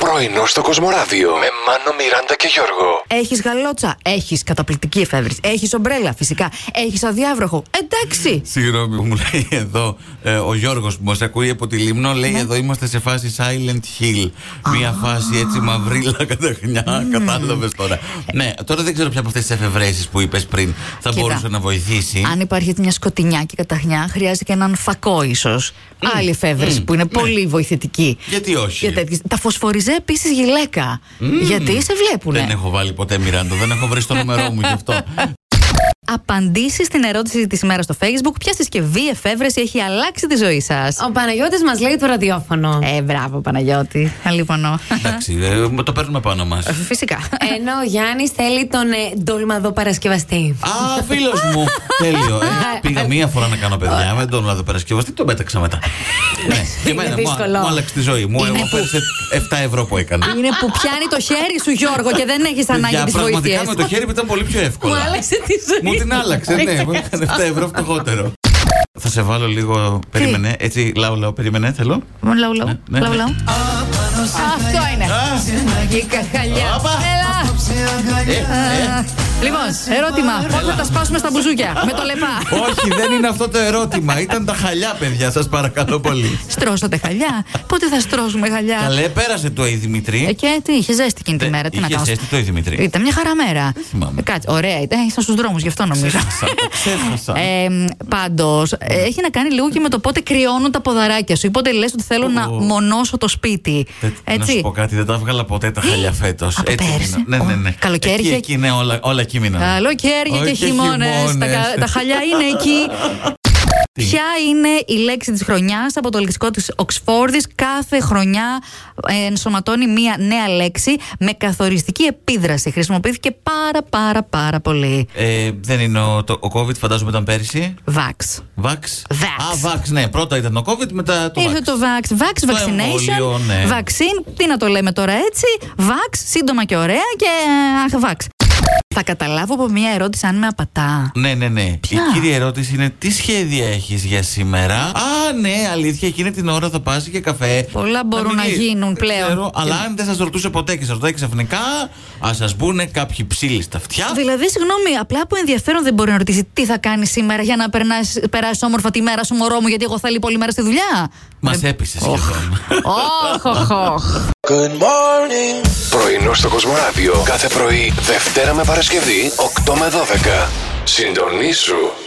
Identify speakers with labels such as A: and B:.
A: Πρωινό στο Κοσμοράδιο με Μάνο, Μιράντα και Γιώργο.
B: Έχεις γαλότσα. Έχεις καταπληκτική εφεύρεση. Έχεις ομπρέλα, φυσικά. Έχεις αδιάβροχο. Εντάξει.
C: Συγγνώμη, μου λέει εδώ ε, ο Γιώργος που μας ακούει από τη Λίμνο,
B: Ναι.
C: λέει εδώ είμαστε σε φάση Silent Hill. Μία φάση έτσι μαυρίλα καταχνιά. Κατάλαβες τώρα. Ναι, τώρα δεν ξέρω ποια από αυτές τις εφευρέσεις που είπες πριν θα
B: Κοίτα.
C: μπορούσε να βοηθήσει.
B: Αν υπάρχει μια σκοτεινιά και καταχνιά, χρειάζεται και έναν φακό ίσως.
C: Ε.
B: Άλλη εφεύρεση που
C: Ναι.
B: είναι πολύ βοηθητική.
C: Γιατί όχι.
B: Για τέτοιες. Τα φωσφοριζέ επίσης γυλαίκα. Γιατί σε βλέπουν.
C: Ε. Δεν έχω βάλει ποτέ Μιράντα, δεν έχω βρει το νούμερό μου γι' αυτό.
B: Απαντήσεις στην ερώτηση της ημέρας στο Facebook. Ποια συσκευή εφεύρεση έχει αλλάξει τη ζωή σας.
D: Ο Παναγιώτης μας λέει το ραδιόφωνο.
B: Ε, μπράβο Παναγιώτη. Αλίμονο.
C: Εντάξει, ε, το παίρνουμε πάνω μας.
B: Φυσικά.
C: Ε.
D: Ενώ ο Γιάννης θέλει τον ε, ντολμαδό παρασκευαστή.
C: Α, φίλος μου! Τέλειο. Ε,
D: Ναι.
C: πήγα μία φορά να κάνω παιδιά με τον Λάδο Περασκευαστή, τον πέταξα μετά. ναι, και εμένα μου,
D: δύσκολο.
C: μου άλλαξε τη ζωή μου. Εγώ πέρασε 7 ευρώ που έκανα.
B: Είναι που πιάνει το χέρι σου, Γιώργο, και δεν έχεις ανάγκη
C: Για
B: της
C: πραγματικά
B: βοήθειας.
C: με το χέρι μου ήταν πολύ πιο
D: Μου
C: εύκολα.
D: άλλαξε τη ζωή.
C: Μου την άλλαξε, ναι. Μου έκανε 7 ευρώ φτωχότερο. Θα σε βάλω λίγο. Περίμενε. Έτσι, λαού, λαού, περίμενε. Θέλω.
B: Λαου, λαου.
C: Ναι, ναι,
B: Λαου,
C: ναι.
B: λαου. Αυτό είναι. Η καχαλιά.
C: Όπα.
B: Έλα.
C: Ε, ε,
B: Λοιπόν, ερώτημα. Πότε θα τα σπάσουμε στα μπουζούκια με το λεπά.
C: Όχι, δεν είναι αυτό το ερώτημα. Ήταν τα χαλιά, παιδιά, σας παρακαλώ πολύ.
B: Στρώσατε χαλιά. Πότε θα στρώσουμε χαλιά.
C: Καλέ, πέρασε το η
B: Ε,
C: Δημητρή.
B: Και τι, είχε ζέστη εκείνη τη
C: Δεν-
B: μέρα. Τι να
C: Ε, είχε
B: κάνω.
C: ζέστη το η Δημητρή.
B: Ήταν μια χαρά μέρα.
C: θυμάμαι.
B: Ε, Κάτσε, ωραία ήταν. Ήσταν στους δρόμους, γι' αυτό νομίζω.
C: Ξέχασα, ξέχασα.
B: Ε, Πάντω, έχει να κάνει λίγο και με το πότε κρυώνουν τα ποδαράκια σου ή πότε λες ότι θέλω να
C: Ω.
B: μονώσω το σπίτι.
C: Δεν- Να σου πω κάτι, δεν τα έβγαλα ποτέ τα χαλιά φέτος.
B: Από πέρσι?
C: Ναι, ναι, ναι.
B: Ω, καλοκαίρι
C: Εκεί,
B: και-
C: εκεί, ναι, όλα, όλα κείμενα.
B: Καλοκαίρια
C: Όχι,
B: και χειμώνες. Τα,
C: χειμώνες.
B: κα- τα χαλιά είναι εκεί.
C: Τι?
B: Ποια είναι η λέξη της χρονιάς από το λεξικό της Οξφόρδης. Κάθε χρονιά ε, ενσωματώνει μία νέα λέξη με καθοριστική επίδραση. Χρησιμοποιήθηκε πάρα πάρα πάρα πολύ.
C: Ε, δεν είναι ο, το, ο COVID, φαντάζομαι ήταν πέρσι.
B: Βαξ.
C: Βαξ.
B: Βαξ.
C: Α, βαξ, ναι. Πρώτα ήταν ο COVID, μετά το
B: Ήρθε
C: βαξ.
B: το Vax. Vax
C: Το εμβόλιο,
B: vaccination.
C: ναι.
B: Vaccine. Τι να το λέμε τώρα έτσι. Vax, σύντομα και ωραία. Και ε, αχ, Vax. Θα καταλάβω από μία ερώτηση αν με απατά.
C: Ναι, ναι, ναι.
B: Ποια?
C: Η κύρια ερώτηση είναι τι σχέδια έχεις για σήμερα. Α, ναι, αλήθεια, εκείνη την ώρα θα πας για καφέ.
B: Πολλά
C: Να
B: μπορούν
C: μην
B: να
C: γυρ-
B: γίνουν
C: Δεν
B: πλέον.
C: Ξέρω, αλλά αν δεν σας ρωτούσε ποτέ και σας ρωτάει ξαφνικά, ας σας μπουνε κάποιοι ψήλοι στα αυτιά.
B: Δηλαδή, συγγνώμη, απλά από ενδιαφέρον δεν μπορεί να ρωτήσει τι θα κάνει σήμερα για να περνάς- περάσεις όμορφα τη μέρα σου, μωρό μου, γιατί εγώ θα λείπω όλη μέρα στη δουλειά.
C: Μας έπεισες σχεδόν.
B: Όχ, οχ, οχ.
A: Πρωινό στο Κοσμοράδιο κάθε πρωί, Δευτέρα με Παρασκευή, 8 με 12. Συντονίσου.